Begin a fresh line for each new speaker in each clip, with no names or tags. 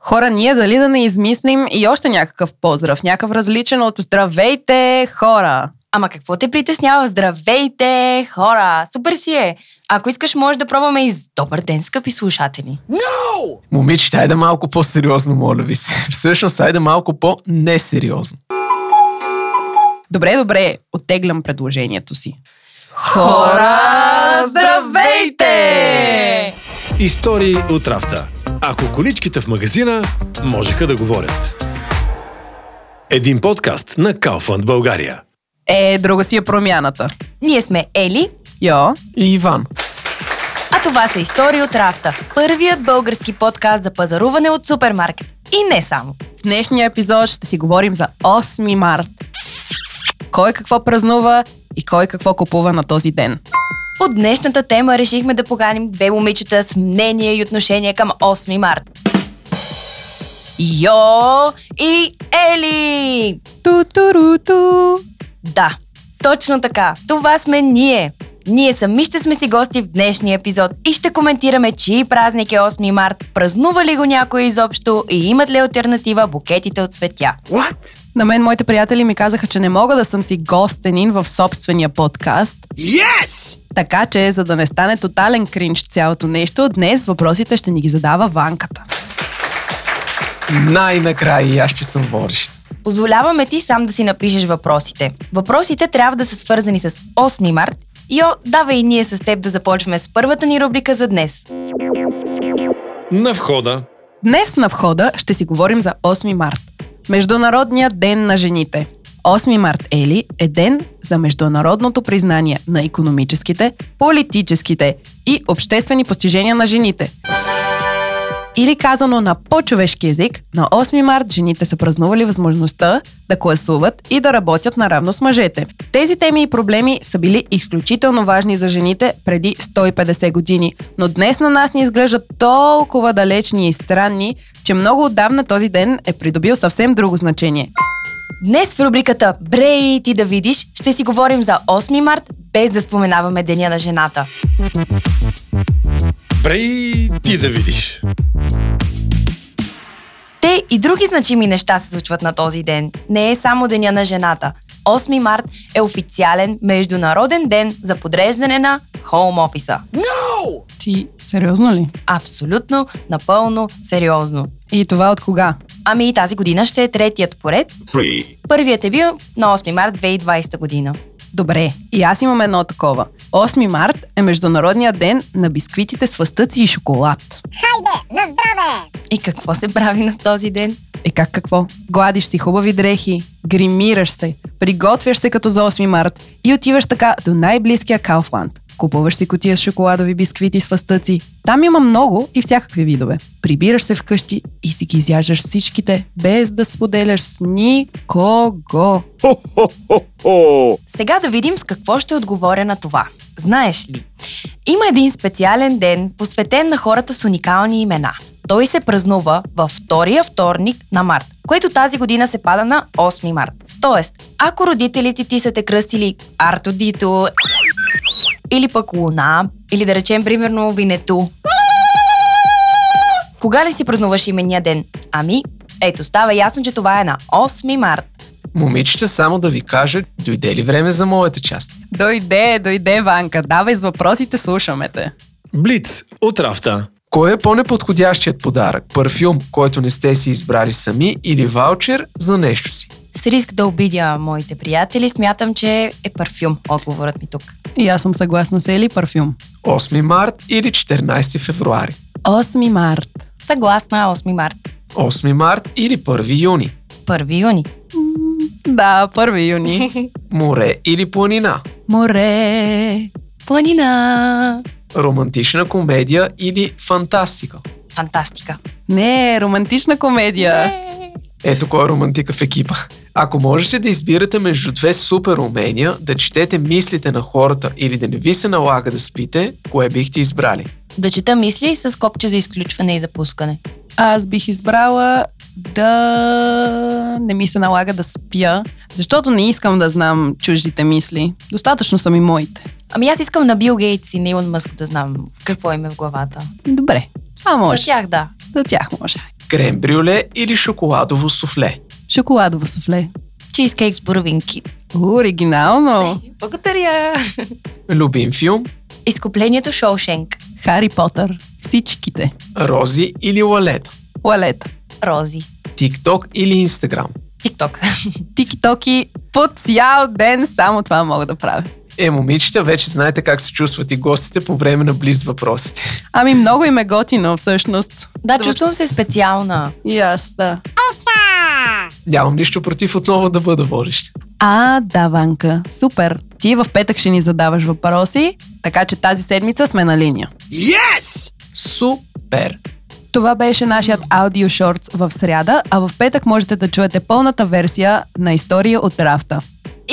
Хора, ние дали да не измислим и още някакъв поздрав, някакъв различен от здравейте хора.
Ама какво те притеснява? Здравейте, хора! Супер си е! Ако искаш, може да пробваме и с добър ден, скъпи слушатели.
Момичета, айде малко по-сериозно, моля ви се. Всъщност, айде малко по-несериозно.
Добре, добре, оттеглям предложението си.
Истории от рафта. Ако количките в магазина можеха да говорят. Един подкаст на Kaufland България.
Е, друга си е промяната.
Ние сме Ели,
Йо,
И Иван.
а това са Истории от Рафта. Първият български подкаст за пазаруване от супермаркет. И не само.
в днешния епизод ще си говорим за 8 март. Кой какво празнува и кой какво купува на този ден.
По днешната тема решихме да поканим две момичета с мнение и отношение към 8 март. Йо и Ели!
Ту-ту-ру-ту.
Да, точно така. Това сме ние. Ние сами ще сме си гости в днешния епизод и ще коментираме, чий празник е 8 март, празнува ли го някой изобщо и имат ли альтернатива букетите от цветя.
На мен моите приятели ми казаха, че не мога да съм си гостенин в собствения подкаст. Yes! Така че, за да не стане тотален кринч цялото нещо, днес въпросите ще ни ги задава Ванката.
Най-накрая и аз ще съм водещ.
Позволяваме ти сам да си напишеш въпросите. Въпросите трябва да са свързани с 8 март. Йо, давай и ние с теб да започваме с първата ни рубрика за днес.
На входа.
Днес на входа ще си говорим за 8 март. Международния ден на жените. 8 март Ели е ден за международното признание на економическите, политическите и обществени постижения на жените. Или казано на по-човешки език, на 8 март жените са празнували възможността да класуват и да работят наравно с мъжете. Тези теми и проблеми са били изключително важни за жените преди 150 години, но днес на нас ни изглеждат толкова далечни и странни, че много отдавна този ден е придобил съвсем друго значение.
Днес в рубриката Брей ти да видиш ще си говорим за 8 март, без да споменаваме Деня на жената.
Брей, ти да видиш.
Те и други значими неща се случват на този ден. Не е само Деня на жената. 8 март е официален международен ден за подреждане на хоум офиса.
Ти сериозно ли?
Абсолютно, напълно, сериозно.
И това от кога?
Ами и тази година ще е третият поред. Първият е бил на 8 март 2020 година.
Добре, и аз имам едно такова. 8 март е Международният ден на бисквитите с фъстъци и шоколад.
И какво се прави на този ден?
Е как какво? Гладиш си хубави дрехи, гримираш се, приготвяш се като за 8 март и отиваш така до най-близкия Кауфланд. Купуваш си котия с шоколадови бисквити с фъстъци. Там има много и всякакви видове. Прибираш се вкъщи и си ги изяждаш всичките, без да споделяш с никого.
Сега да видим с какво ще отговоря на това. Знаеш ли, има един специален ден, посветен на хората с уникални имена. Той се празнува във втория вторник на март, което тази година се пада на 8 март. Тоест, ако родителите ти са те кръстили Арто Дито, или пък Луна, или да речем примерно Винету, кога ли си празнуваш именния ден? Ами, ето става ясно, че това е на 8 март.
Момичета, само да ви кажа, дойде ли време за моята част?
Дойде, дойде, Ванка. Давай с въпросите, слушаме те.
Блиц от рафта.
Кой е по-неподходящият подарък? Парфюм, който не сте си избрали сами или ваучер за нещо си?
С риск да обидя моите приятели, смятам, че е парфюм отговорът ми тук.
И аз съм съгласна с Ели парфюм.
8 март или 14 февруари?
8 март.
Съгласна 8 март,
8 март или 1 юни?
1 юни.
Да, 1 юни.
Море или планина?
Море.
Планина!
Романтична комедия или фантастика?
Фантастика.
Не, романтична комедия.
Е.
Ето кой е романтика в екипа. Ако можете да избирате между две супер умения, да четете мислите на хората или да не ви се налага да спите, кое бихте избрали?
Да чета мисли с копче за изключване и запускане.
Аз бих избрала да не ми се налага да спя, защото не искам да знам чуждите мисли. Достатъчно са ми моите.
Ами аз искам на Бил Гейтс и на Илон Мъск да знам какво им е в главата.
Добре, това
За
може.
тях да.
За тях може.
Крем брюле или шоколадово суфле?
Шоколадово суфле.
Чизкейк с боровинки.
Оригинално!
Благодаря!
Любим филм?
Изкуплението Шоушенк.
Хари Потър. Всичките.
Рози или лалета?
Лалета.
Рози.
Тикток или Инстаграм?
Тикток.
Тики-токи. По цял ден само това мога да правя.
Е, момичета, вече знаете как се чувстват и гостите по време на близ въпросите.
Ами много им е готино всъщност.
Да,
Добре.
чувствам се специална.
И аз, да.
Нямам нищо против отново да бъда водещ.
А, да, Ванка. Супер. Ти в петък ще ни задаваш въпроси, така че тази седмица сме на линия.
Супер!
Това беше нашият аудио шортс в сряда, а в петък можете да чуете пълната версия на история от Рафта.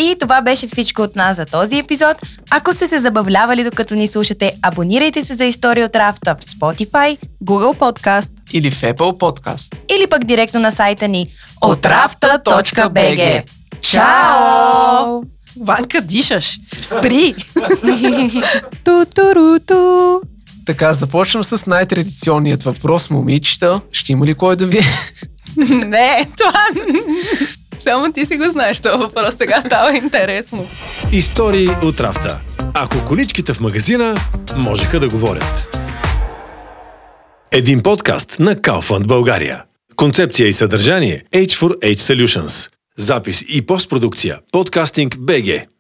И това беше всичко от нас за този епизод. Ако сте се забавлявали докато ни слушате, абонирайте се за История от Рафта в Spotify
Google Podcast,
Или в Apple Podcast.
или пък директно на сайта ни
otrafta.bg.
Чао!
Ванка, дишаш! Спри! Ту-ту-ру-ту!
Така, започвам с най-традиционният въпрос, момичета. Ще има ли кой да ви е?
Не, това... Само ти си го знаеш, това въпрос сега става интересно.
Истории от рафта. Ако количките в магазина можеха да говорят. Един подкаст на Kaufland България. Концепция и съдържание H4H Solutions. Запис и постпродукция. Подкастинг БГ.